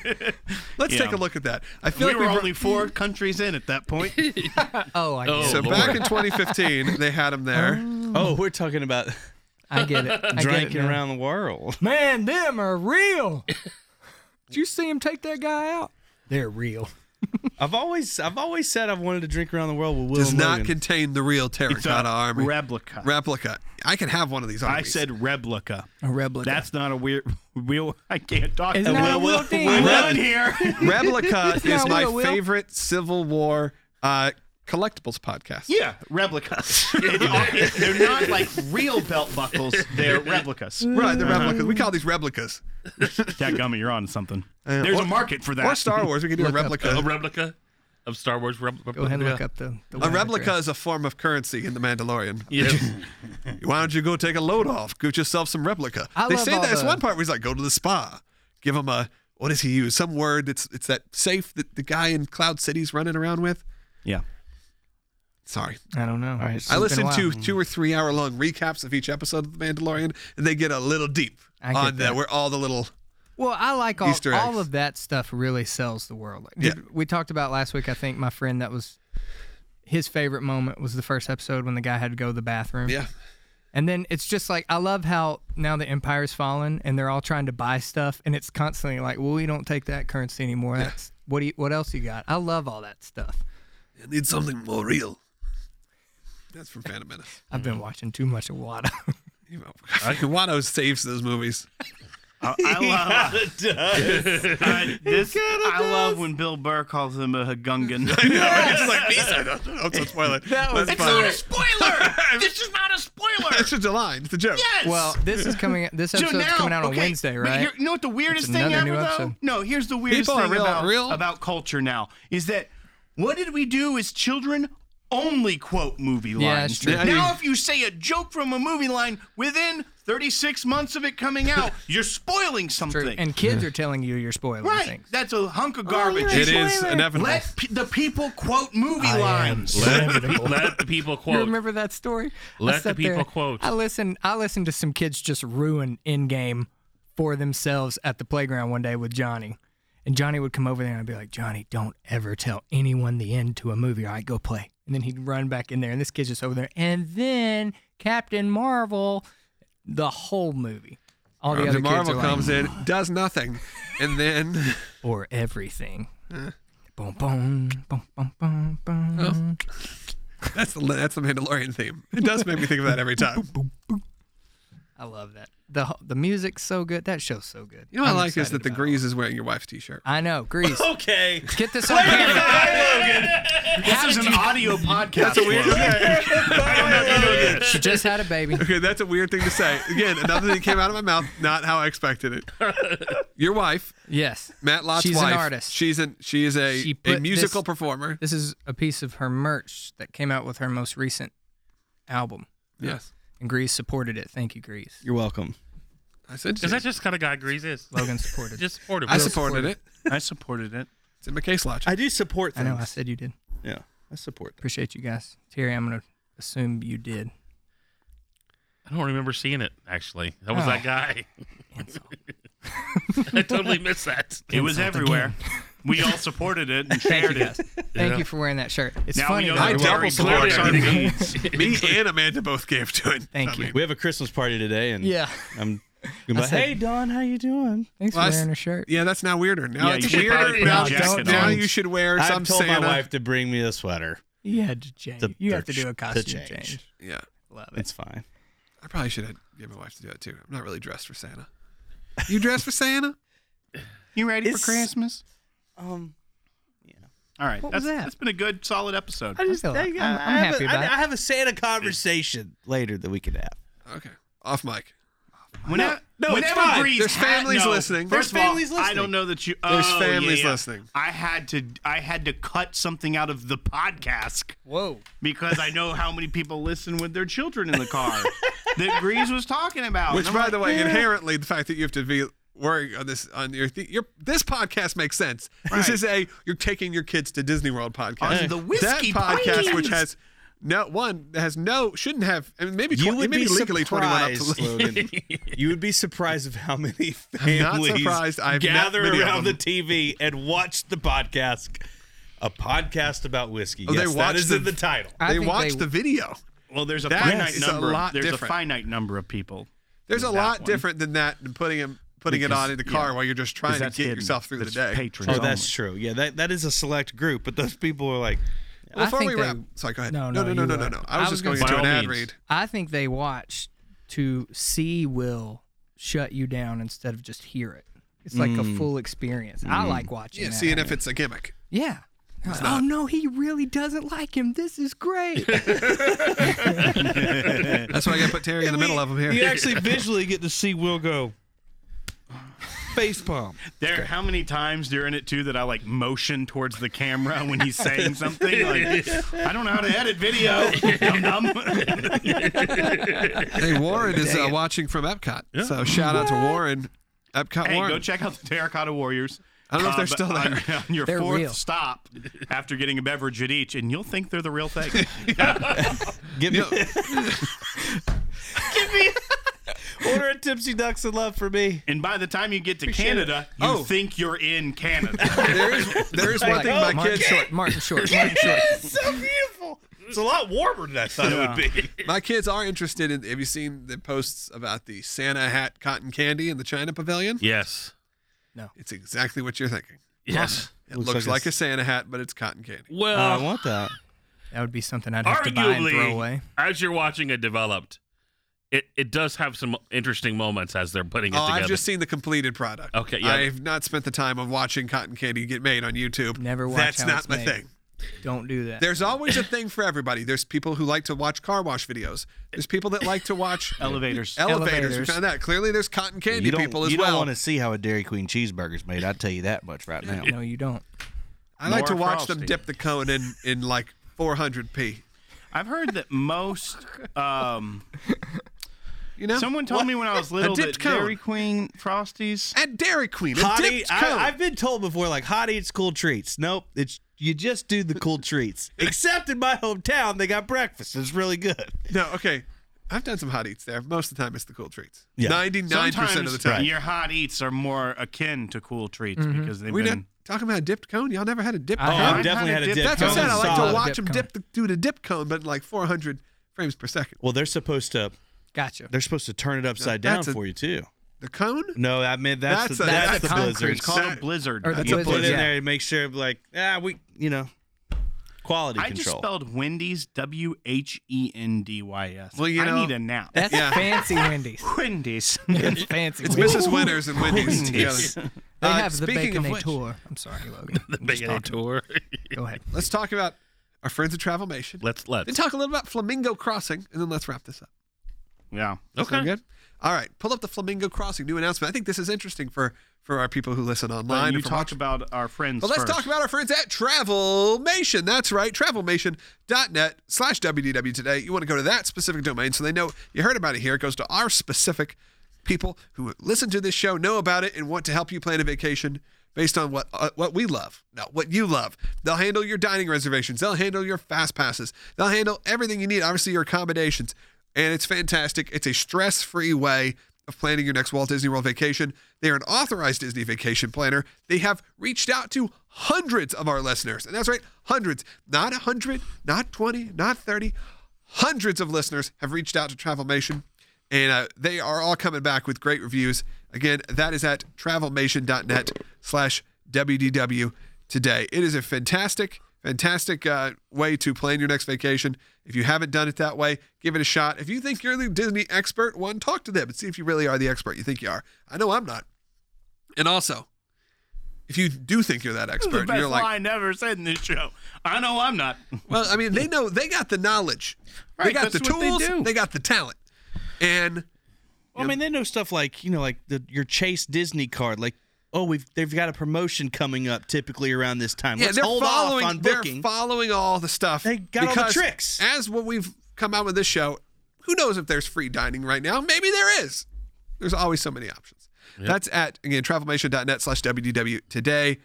Let's take a look at that. I feel we like were we brought- only four countries in at that point. Oh, I get Oh. it. so Lord. back in 2015, they had them there. Hmm. oh, we're talking about I get it. I get it drinking now. around the world. Man, them are real. Did you see him take that guy out? They're real. I've always I've always said I've wanted to drink around the world with Will. Does and not Logan. contain the real It's a Terracotta Army replica. replica. I can have one of these. I armies. said replica. A replica. That's not a weird real. I can't talk. Isn't that a real thing? I'm Will? done here. replica not is my Will, Will. favorite Civil War uh, collectibles podcast. yeah, replicas. It's- they're not like real belt buckles. They're replicas. Right, the replicas. We call these replicas. That gummy, you're on something. There's a market for that. Uh, Or Star Wars, we can do a Look up replica. a replica of Star Wars. Repl- Go ahead and look up the. the A web replica address. is a form of currency in The Mandalorian. Yes. Why don't you go take a load off? Get yourself some replica. I they love say all that it's the- one part where he's like, go to the spa. Give him a, what does he use? Some word that's it's that safe that the guy in Cloud City's running around with. Yeah. Sorry. I don't know. I listened to two or three hour long recaps of each episode of The Mandalorian, and they get a little deep I get on that. that. Where all the little Well, I like all, Easter eggs. all of that stuff. Really sells the world. Like, Yeah. did- We talked about last week. I think my friend that was his favorite moment was the first episode when the guy had to go to the bathroom. yeah. And then it's just like I love how now the empire's fallen and they're all trying to buy stuff and it's constantly like, well, we don't take that currency anymore. That's what do you, what else you got? I love all that stuff. I need something more real. That's from Phantom Menace. I've been watching too much of Wada. You know, Wano saves those movies. I, I love I- this. I love when Bill Burr calls him a Gungan. It's just like me said. it. Oh, it's a spoiler. That was spoiler. this is not a spoiler. It's just a line. It's a joke. Yes. well, this is coming. This So episode's now- coming out on okay, Wednesday, But right? here- you know what the weirdest It's thing another ever, new though? episode. No, here's the weirdest People are thing real- about, real- about culture now is that what did we do as children? Only quote movie lines. it's true. Yeah, Now, if you say a joke from a movie line within 36 months of it coming out, you're spoiling True. something. And Oh, kids are telling you you're spoiling right. things. That's a hunk of garbage. It is inevitable. Let p- the people quote movie I am lines. inevitable. Let the people You quote. remember that story? I Let the sat people quote. I listened. I listened to some kids just ruin in game for themselves at the playground one day with Johnny, and Johnny would come over there and I'd be like, Johnny, don't ever tell anyone the end to a movie. All right, go play. And then he'd run back in there, and this kid's just over there. And then Captain Marvel, the whole movie, all the Captain other Marvel kids are Uh, comes like, in, does nothing, and then or everything. Boom, boom, boom, boom, boom, boom. That's the that's the Mandalorian theme. It does make me think of that every time. I love that. The ho- the music's so good. That show's so good. You know what I'm I like is excited that the about it. Grease is wearing your wife's T-shirt. I know, Grease. Okay. Get this on camera. This is an audio podcast. That's a weird. She just had a baby. Okay, that's a weird thing to say. Again, another thing that came out of my mouth, not how I expected it. Your wife, Yes. Matt Lott's She's an wife. artist. She's an she is a, She a put musical this- performer. This is a piece of her merch that came out with her most recent album. Yes, And Grease supported it. Thank you, Grease. You're welcome. I said she. Is that just kind of guy Grease is? Logan supported it. Just supportive. I supported it. I supported it. It's in my case logic. I do support I things. know I said you did. yeah, I support them. Appreciate you guys. Terry, I'm going to assume you did. I don't remember seeing it actually. That was Oh. that guy. I totally missed that. It was everywhere. We all supported it and shared it. Thank Yeah. you for wearing that shirt. It's Now funny. we know though. I that double Rory supported supports it. our needs. Me and Amanda both gave to it. Thank I you. mean, We have a Christmas party today, and Yeah. I'm. I'm like, said- hey, Don, how you doing? Thanks Well, I for s- wearing her shirt. yeah, that's now weirder. Now Yeah, it's you should weirder. probably put Now, a jacket now on. you should wear I some told Santa. my wife to bring me a sweater. You had to change. To- you have to to do a ch- to costume change. change. Yeah, Love it. It's fine. I probably should have given my wife to do that too. I'm not really dressed for Santa. You dressed for Santa? You ready It's- for Christmas? Um, All right. What that's, was that? has been a good, solid episode. I feel- I'm, I'm have happy a, about I, it. I have a Santa conversation later that we can have. Okay, off mic. Whenever, e-, no, it's whenever fine. Breeze There's had- families no. listening. First There's of all, families I don't listening. know that you. There's oh, families yeah, yeah. listening. I had to. I had to cut something out of the podcast Whoa. because I know how many people listen with their children in the car that Grease was talking about. Which, And I'm by like, the way, "Yeah." inherently, the fact that you have to be worrying on this on your, th- your this podcast makes sense. This Right. is a you're taking your kids to Disney World podcast. On the whiskey that podcast, planes. which has no one has no shouldn't have. I mean, maybe You twen- would maybe be legally twenty one up to surprised, listen. Logan. you would be surprised of how many not families surprised. I've gather met many of around the them. TV and watch the podcast. A podcast about whiskey. Oh, they yes, watch that is the- in the title. I They think watch they- the video. well, there's a That finite is a number. of- lot there's different. a finite number of people. There's a That lot one. different than that, and putting him putting it on in the car yeah. while you're just trying Because to that's get hidden. yourself through That's the day. Patrons oh, that's only. true. Yeah, that, that is a select group, but those people are like, I Before think we they- wrap, sorry, go ahead. No, no, no, no, no, you, no, no. uh, I was I was just going gonna into an say- ad By all means. read. I think they watched to see Will shut you down instead of just hear it. It's like a full experience. I like watching. Yeah, that. seeing if it's a gimmick. Yeah. Like, oh no, he really doesn't like him. This is great. That's why I got to put Terry in the middle of them here. You actually visually get to see Will go face palm. There, how many times during it too that I like motion towards the camera when he's saying something? Like, I don't know how to edit video. Dum dum. Hey, Warren is uh, watching from Epcot. So shout out to Warren. Epcot Hey, Warren. go check out the Terracotta Warriors. I don't know if they're but still on- there. On, your They're fourth real. stop, after getting a beverage at each, and you'll think they're the real thing. Give me, You know, order a tipsy ducks and love for me. and by the time you get to Canada, you Oh. think you're in Canada. there is, there is one Like, thing my Martin kids Short. Martin Short. Martin Short. It's so beautiful. It's a lot warmer than I thought it would be. my kids are interested in. Have you seen the posts about the Santa hat cotton candy in the China Pavilion? Yes. It's exactly what you're thinking. Yes. It looks, like, a Santa hat, but it's cotton candy. Well, Oh, I want that. That would be something I'd Uh, have to buy and throw arguably, away. as you're watching it developed, it, it does have some interesting moments as they're putting it Oh, together. I've just seen the completed product. Okay, yeah. I've not spent the time of watching cotton candy get made on YouTube. Never watch That's how not it's my made. thing. Don't do that. There's always a thing for everybody. There's people who like to watch car wash videos. There's people that like to watch Elevators. elevators. We Elevators. found that clearly there's cotton candy You don't, people as you well. don't want to see how a Dairy Queen cheeseburger's made. I'll tell you that much right now. no, you don't. I like to Nora watch them Frosty. dip the cone in in like 400p. I've heard that most. Um, You know, someone told me when I was little that dipped cone. Dairy Queen frosties. at Dairy Queen, a Hottie, dipped cone. I, I've been told before, like hot eats cool treats. Nope, it's you just do the cool treats. Except in my hometown, they got breakfast. It's really good. no, okay. I've done some hot eats there. Most of the time, it's the cool treats. Yeah. Ninety-nine percent of the Sometimes time. your hot eats are more akin to cool treats Mm-hmm. because they've We been. not talking about a dipped cone. Y'all never had a dipped I cone. have. I've definitely had a dip. That's cone. what I said. I like to Solid watch dip them cone. dip the, do the dip cone, but like 400 frames per second. Well, they're supposed to Gotcha. they're supposed to turn it upside down That's a- for you too. The cone? No, I mean That's that's the, a- that's, that's the a concrete blizzard. It's called That- a blizzard. or the That's You a Blizzard, put it in yeah. there to make sure, like, ah, we, you know, quality I just control. spelled Wendy's W H E N D Y S. Well, you I know- need a nap. That's Yeah. fancy Wendy's. Wendy's. That's fancy. It's Wendy's. Mrs. Winners and Wendy's together. They Uh, have the speaking bacon of they which- tour. I'm sorry, Logan. the I'm just beginning talking. tour. Go ahead. Let's talk about our friends at Travelmation. let's let's. Then talk a little about Flamingo Crossing, and then let's wrap this up. yeah. Okay. Okay. good? All right. Pull up the Flamingo Crossing new announcement. I think this is interesting for for our people who listen online. But and you for talk watching. about our friends. But let's first. talk about our friends at Travelmation. That's right, travelmation.net slash WDW today. You want to go to that specific domain so they know you heard about it here. It goes to our specific people who listen to this show, know about it, and want to help you plan a vacation based on what uh, what we love. No, what you love. They'll handle your dining reservations. They'll handle your fast passes. They'll handle everything you need, obviously your accommodations. And it's fantastic. It's a stress-free way of planning your next Walt Disney World vacation. They are an authorized Disney vacation planner. They have reached out to hundreds of our listeners. And that's right, hundreds. Not 100, not 20, not 30. Hundreds of listeners have reached out to Travelmation, and uh, they are all coming back with great reviews. Again, that is at travelmation.net slash WDW today. It is a fantastic, fantastic uh, way to plan your next vacation. If you haven't done it that way, give it a shot. If you think you're the Disney expert, one, talk to them and see if you really are the expert you think you are. I know I'm not. And also, if you do think you're that This is the expert, best you're like, line ever said in this show. I know I'm not. well, I mean, they know they got the knowledge, they Right, got the that's what they tools, do. they got the talent, and Well, I mean, they know stuff like you know, like the, your Chase Disney card, like. Oh, we've they've got a promotion coming up typically around this time. yeah, Let's they're hold following. off on they're booking. following all the stuff. They got all the because tricks. As what we've come out with this show, who knows if there's free dining right now? Maybe there is. There's always so many options. That's at again travelmation.net slash wdw today.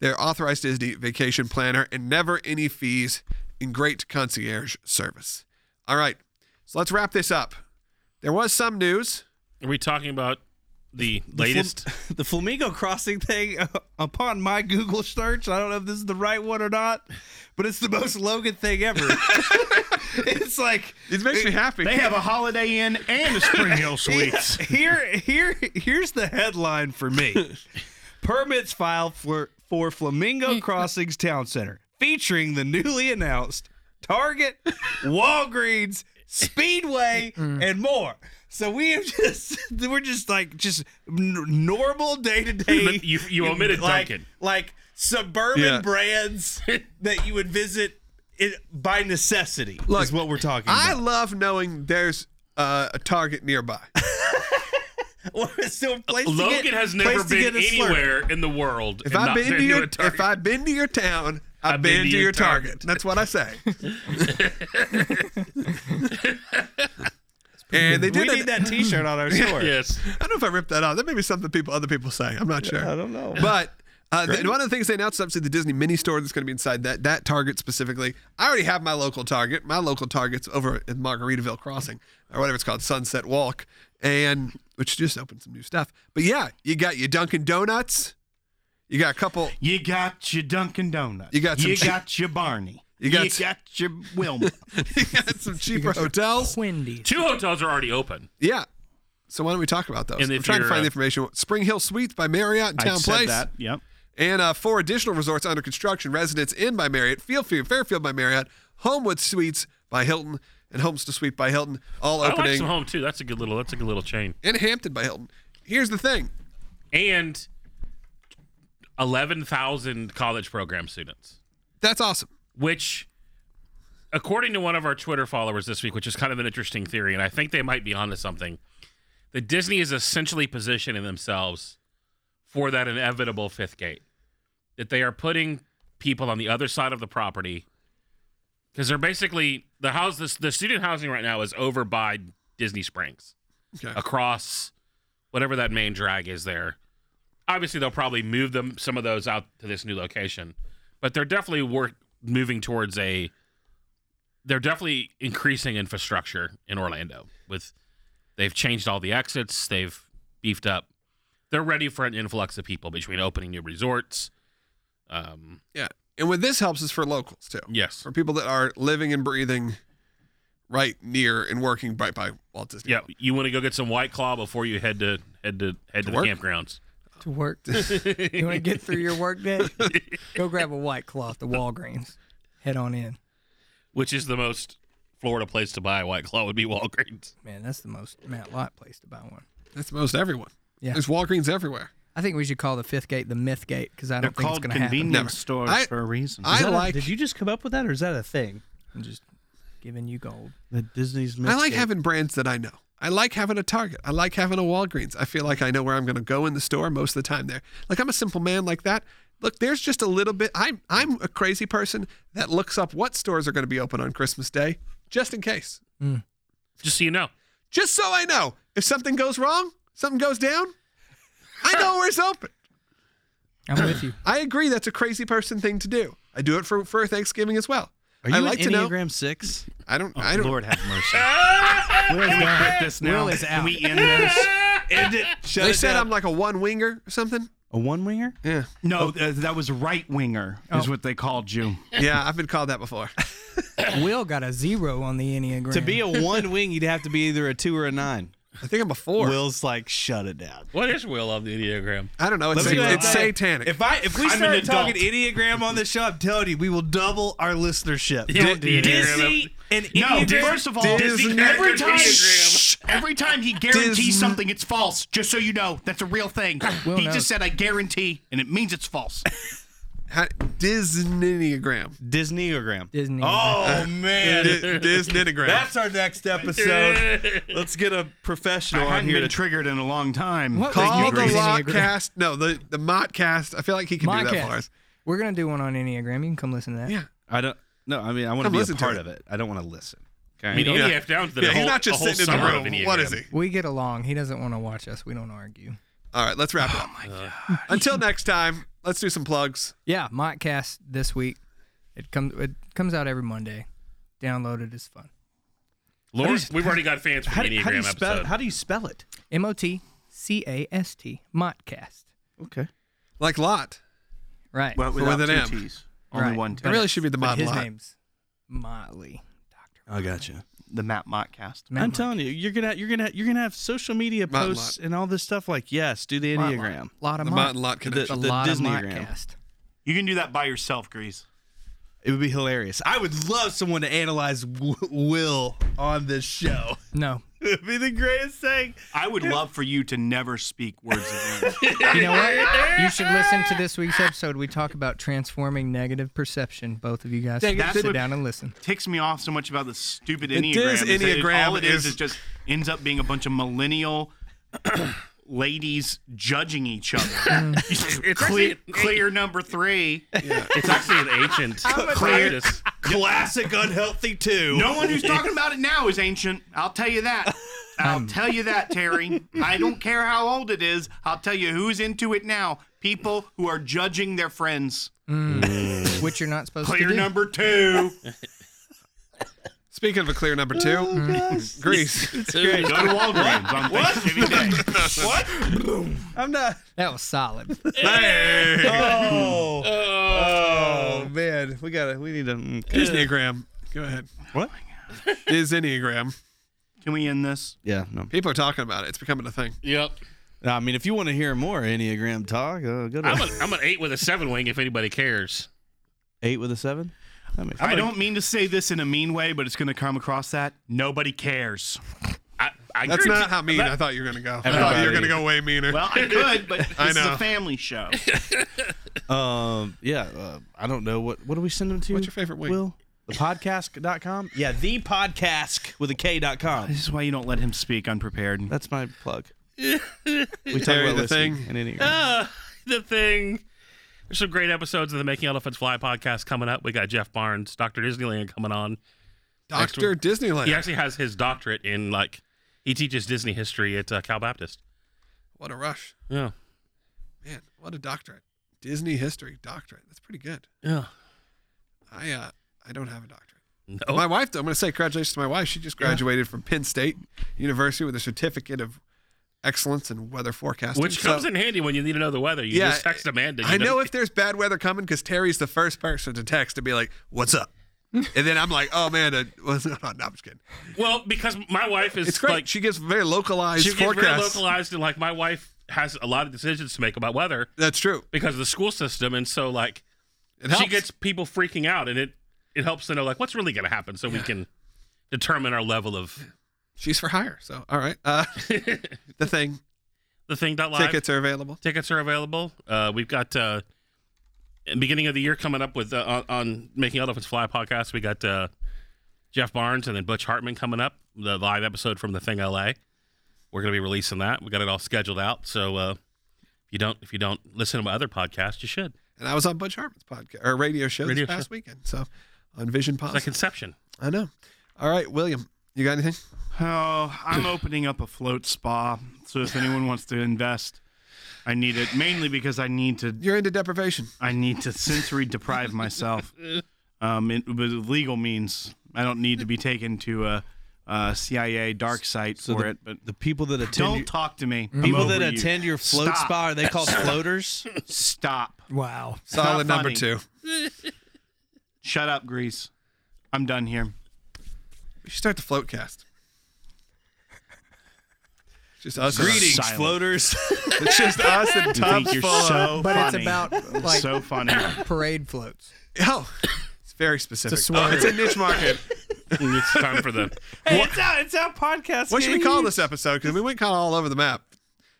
They're authorized Disney vacation planner and never any fees in great concierge service. All right, so let's wrap this up. There was some news. Are we talking about the, The flam- latest? the flamingo crossing thing uh, upon my google search i don't know if this is the right one or not but it's the most logan thing ever it's like It makes me happy. They have a Holiday Inn and a Spring Hill Suites. here here here's the headline for me permits filed for for flamingo crossings town center featuring the newly announced target walgreens speedway and more so we have just we're just like just n- normal day-to-day You- you omitted like, Dunkin'. like suburban Yeah. brands that you would visit it, by necessity That's Look, is what we're talking I about love knowing there's uh, a Target nearby. Or it's still a place to Logan get- has place never to been get a slurp. anywhere in the world. If and I've not been to your, Target. if I've been to your town, I've, been, to your, target. That's what I say. and they We did. need that. that T-shirt on our store. yes, I don't know if I ripped that off. That may be something people, other people say. I'm not sure. I don't know. But uh, th- one of the things they announced, obviously, the Disney mini store that's going to be inside that that Target specifically. I already have my local Target. My local Target's over at Margaritaville Crossing or whatever it's called, Sunset Walk, and which just opened some new stuff. But yeah, you got your Dunkin' Donuts. You got a couple. You got your Dunkin' Donuts. You got some You chi- got your Barney. You got s- your Wilma. you got some cheaper hotels. Wendy's. two hotels are already open. Yeah. So why don't we talk about those? And I'm if trying to you're, find the uh, information. Spring Hill Suites by Marriott and I Town said Place, that. Yep. and uh, four additional resorts under construction: Residence Inn by Marriott, Fieldfield Fairfield by Marriott, Homewood Suites by Hilton, and Homestead Suite by Hilton. All I like opening some home too. That's a good little. That's a good little chain. and Hampton by Hilton. Here's the thing: And eleven thousand college program students. that's awesome. which according to one of our twitter followers this week which is kind of an interesting theory and i think they might be onto something that disney is essentially positioning themselves for that inevitable fifth gate that they are putting people on the other side of the property because they're basically the house the, the student housing right now is over by disney springs Okay. across whatever that main drag is there obviously they'll probably move them some of those out to this new location but they're definitely work moving towards a they're definitely increasing infrastructure in Orlando with they've changed all the exits, they've beefed up. They're ready for an influx of people between opening new resorts. Um, Yeah. And what this helps is for locals too, yes. for people that are living and breathing right near and working right by Walt Disney. Yeah, you want to go get some White Claw before you head to head to head to, the work? campgrounds. to work. you want to get through your work day? Go grab a white cloth, the Walgreens. Head on in. Which is the most Florida place to buy a White Claw would be Walgreens. Man, that's the most Matt Lott place to buy one. That's most everyone. Yeah. There's Walgreens everywhere. I think we should call the fifth gate the myth gate because I They're don't think it's called going to happen. convenience Never. stores I- for a reason. I like did you just come up with that, or is that a thing? I'm just giving you gold. The Disney's. I like having brands that I know. I like having a Target. I like having a Walgreens. I feel like I know where I'm going to go in the store most of the time there. Like I'm a simple man like that. Look, there's just a little bit. I'm I'm a crazy person that looks up what stores are going to be open on Christmas Day just in case. Just so you know. Just so I know if something goes wrong, something goes down, I know where it's open. I'm with you. I agree that's a crazy person thing to do. I do it for for Thanksgiving as well. Are you I like an to know. Enneagram Oh, six? I don't I don't Lord have mercy. Where's we quit this now? is Can out. we end this? End it. Shut They it said down. I'm like a one winger or something. A one winger? Yeah. No, th- that was right winger, is Oh. what they called you. Yeah, I've been called that before. Will got a zero on the enneagram. To be a one wing, you'd have to be either a two or a nine. I think I'm a four. Will's like, shut it down. What is Will of the Enneagram? I don't know. It's, Let me it's tell you, satanic. If I if we I'm an start talking adult. enneagram on the show, I'm telling you, we will double our listenership. You won't do that. Disney and No, enneagram. first of all, Disney every character time, Enneagram. Shh. every time he guarantees Disney- something, it's false. Just so you know, that's a real thing. Will he knows. just said, "I guarantee," and it means it's false. Ha- Disneyogram. Disneyogram. Disney. Oh man, Disneyogram. that's our next episode. Let's get a professional I on hadn't here. been to- triggered in a long time. What Thank Call you, the Grace. Disneyogram. Lotcast. No, the the Mottcast. I feel like he can do that for us. Podcast. We're going to do one on enneagram. You can come listen to that. Yeah. I don't. No, I mean, I want Come to be listen a to part it. of it. I don't want to listen. I mean, Yeah. EF down to the Yeah, whole, he's not just the whole sitting in the summer of room. What Enneagram. is he? We get along. He doesn't want to watch us. We don't argue. All right, let's Oh wrap it up. Uh, Until next time, let's do some plugs. Yeah, Mottcast this week. It comes it comes out every Monday. Download it. It's fun. Lauren, we've already got fans for How the do, Enneagram how do you spell? episode. How do you spell it? M O T C A S T. Mottcast. Okay. Like Lot. Right. Well, without with an two M. T's. Only Right. one T. It really should be the but mod his Lot. name's Motley. Doctor. I gotcha. the Matt Mottcast. Matt I'm Motley. telling you, you're gonna you're gonna you're gonna have social media Mott posts and all this stuff. Like, yes, do the Lot, enneagram. Lot, lot of The Mott and Lot It's a connection. the lot of Disneygram. Mottcast. You can do that by yourself, Grease. It would be hilarious. I would love someone to analyze w- Will on this show. No. it would be the greatest thing. I would love for you to never speak words of English. You know what? You should listen to this week's episode. We talk about transforming negative perception. Both of you guys should that's sit what- down and listen. ticks me off so much about this stupid It enneagram. is is that it- Enneagram all it is is- is, just ends up being a bunch of millennial ladies judging each other. It's clear, actually- clear number three. It's actually an ancient practice. Classic unhealthy too. No one who's talking about it now is ancient. I'll tell you that. I'll tell you that, Terry. I don't care how old it is. I'll tell you who's into it now. People who are judging their friends. Which you're not supposed to Clear do. number two. Speaking of a clear number two, Greece. Go to Walgreens on Thanksgiving Day. I'm not. That was solid. Oh, oh man, we gotta. We need to. mm. Disneyogram. Go ahead. What? Disneyogram. Can we end this? Yeah, no. People are talking about it. It's becoming a thing. Yep. I mean, if you want to hear more enneagram talk, uh, go to I'm, a, I'm an eight with a seven wing if anybody cares. eight with a seven. That makes I don't mean to say this in a mean way, but it's going to come across that nobody cares. I, I That's guarantee- not how mean I That- thought you were gonna go. I thought you were gonna Everybody- go way meaner. Well, I could, but I this is know. a family show. Um, yeah, uh, I don't know what what do we send them to? What's your favorite wing? Will the podcast.com? Yeah, the podcast with a K dot com. This is why you don't let him speak unprepared. That's my plug. we talk Terry, about the listening thing. and enneagram. the thing. There's some great episodes of the Making Elephants Fly podcast coming up. We got Jeff Barnes, Dr. Disneyland coming on. Doctor Disneyland. He actually has his doctorate in, like, he teaches Disney history at uh, Cal Baptist. What a rush. Yeah. Man, what a doctorate. Disney history doctorate. That's pretty good. Yeah. I uh I don't have a doctorate. No. My wife though, I'm gonna say congratulations to my wife. She just graduated from Penn State University with a certificate of excellence in weather forecasting. Which comes So- in handy when you need to know the weather. You just text Amanda. You I know don't- if there's bad weather coming because Terry's the first person to text to be like, "What's up?" and then I'm like, oh man, uh, was, no, I'm just kidding. Well, because my wife is It's great. like she gives very localized she gets forecasts. very localized and like my wife has a lot of decisions to make about weather That's true. because of the school system and so like It helps. she gets people freaking out and it it helps to know like what's really going to happen so we can determine our level of She's for hire. So all right, uh, the thing the thing that live tickets are available. tickets are available uh we've got uh beginning of the year coming up with uh, on, on making elephants fly podcast we got uh jeff barnes and then butch hartman coming up the live episode from the thing la we're going to be releasing that we got it all scheduled out so uh if you don't if you don't listen to my other podcast you should And I was on Butch Hartman's podcast or radio show Radio this past weekend. So on Vision it's like Positive. inception I know. All right, William, you got anything? Oh, I'm opening up a float spa. So if anyone wants to invest, I need it mainly because I need to You're into deprivation. I need to sensory deprive myself um, in, with legal means. I don't need to be taken to a, a CIA dark site for the, it. But the people that attend don't your, talk to me. I'm people over that you. attend your float Stop. spa are they called floaters? Stop. Wow. Solid not number funny. two. Shut up, Grease. I'm done here. We should start the float cast. Just us. and- Greetings, Silent. floaters. It's just us and You think tubs you're full of- so But funny. it's about like so funny. parade floats. Oh, it's very specific. It's a sweater. Oh, it's a niche market. it's time for the hey, it's out. It's out. Podcast. What should we call this episode? Because we went kind of all over the map.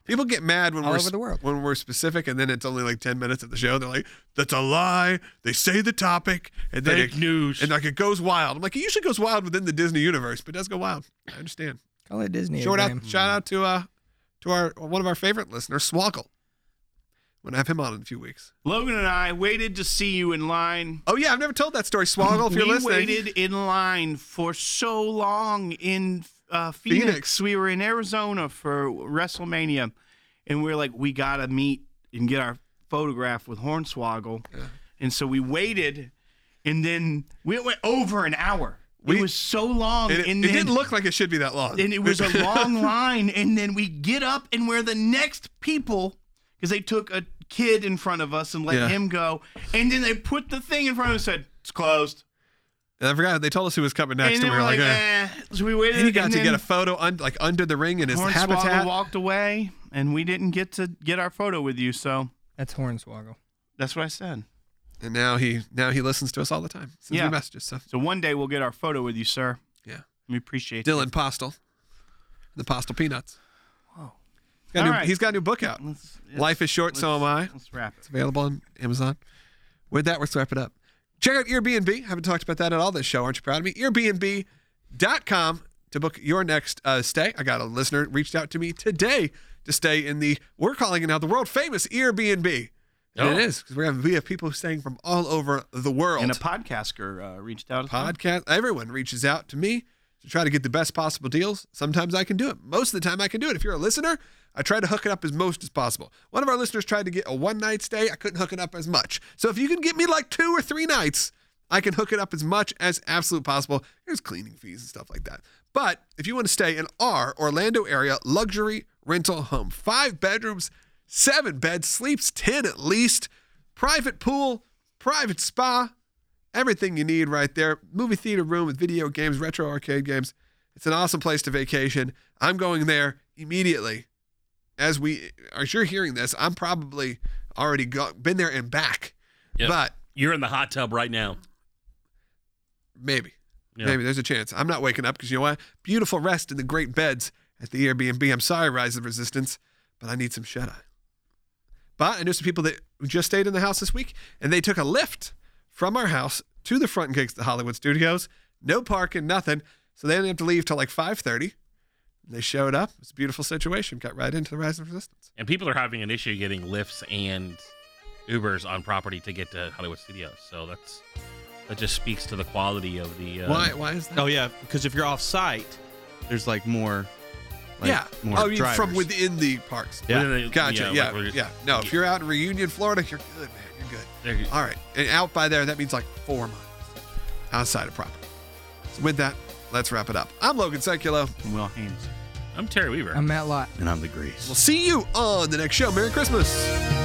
People get mad when All we're over the world. when we're specific, and then it's only like ten minutes of the show. They're like, "That's a lie." They say the topic, and then Fake it, news. and like it goes wild. I'm like, it usually goes wild within the Disney universe, but it does go wild. I understand. Call it Disney. Short Exam. out, shout out to uh to our one of our favorite listeners, Swoggle. I'm gonna have him on in a few weeks. Logan and I waited to see you in line. Oh yeah, I've never told that story. Swoggle, if you're we listening, waited in line for so long in uh, Phoenix. Phoenix. We were in Arizona for WrestleMania, and we are like, we gotta meet and get our photograph with Hornswoggle, and so we waited, and then we went over an hour. We- it was so long, and it, and it then, didn't look like it should be that long. and it was a long line, and then we get up, and we're the next people because they took a kid in front of us and let Yeah. him go, and then they put the thing in front of us and said, "It's closed." And I forgot they told us who was coming next, and, and then we were like, eh. eh. So we waited. And he got and to then get a photo un- like under the ring in his Hornswoggle habitat. walked away, and we didn't get to get our photo with you. So That's Hornswoggle. that's what I said. and now he now he listens to us all the time. Sends Yeah. me messages. So So one day we'll get our photo with you, sir. Yeah. we appreciate it. Dylan Postel, the Postel Peanuts. He's got, a All new, right. he's got a new book out. Let's- Life is short, so am I. Let's wrap it. available on Amazon. With that, let's wrap it up. Check out Airbnb. Haven't talked about that at all this show. Aren't you proud of me? Airbnb.com to book your next uh, stay. I got a listener reached out to me today to stay in the, we're calling it now, the world famous Airbnb. And Oh. it is, because we have, we have people staying from all over the world. And a podcaster uh, reached out. as well. podcast, everyone reaches out to me to try to get the best possible deals. Sometimes I can do it. Most of the time I can do it. If you're a listener, I try to hook it up as most as possible. One of our listeners tried to get a one night stay. I couldn't hook it up as much. So if you can get me like two or three nights, I can hook it up as much as absolute possible. There's cleaning fees and stuff like that. But if you want to stay in our Orlando area luxury rental home, five bedrooms, seven beds, sleeps 10 at least, private pool, private spa, everything you need right there. Movie theater room with video games, retro arcade games. It's an awesome place to vacation. I'm going there immediately. As we, as you're hearing this, I'm probably already go, been there and back. Yep. But you're in the hot tub right now maybe, Yeah. maybe there's a chance. I'm not waking up because you know what? Beautiful rest in the great beds at the Airbnb. I'm sorry, Rise of Resistance, but I need some shut eye. But I knew some people that just stayed in the house this week, and they took a lift from our house to the front gates of the Hollywood Studios. No parking, nothing. So they didn't have to leave till like 5:30. They showed up. It's a beautiful situation. Got right into the Rise of Resistance. and people are having an issue getting lifts and ubers on property to get to hollywood studios so that's that just speaks to the quality of the uh, why? Why is that? Oh yeah, because if you're off site, there's like more. Like, yeah. More oh, you mean from drivers. within the parks. Yeah. within the- Gotcha. like Yeah. Yeah. we're- No, if you're out in Reunion, Florida, you're good, man. You're good. they're- All right. And out by there, that means like four miles outside of property. So with that, let's wrap it up. I'm Logan Seculo. And Will Haynes. i'm terry weaver I'm Matt Lott. And I'm the grease. We'll see you on the next show. Merry Christmas.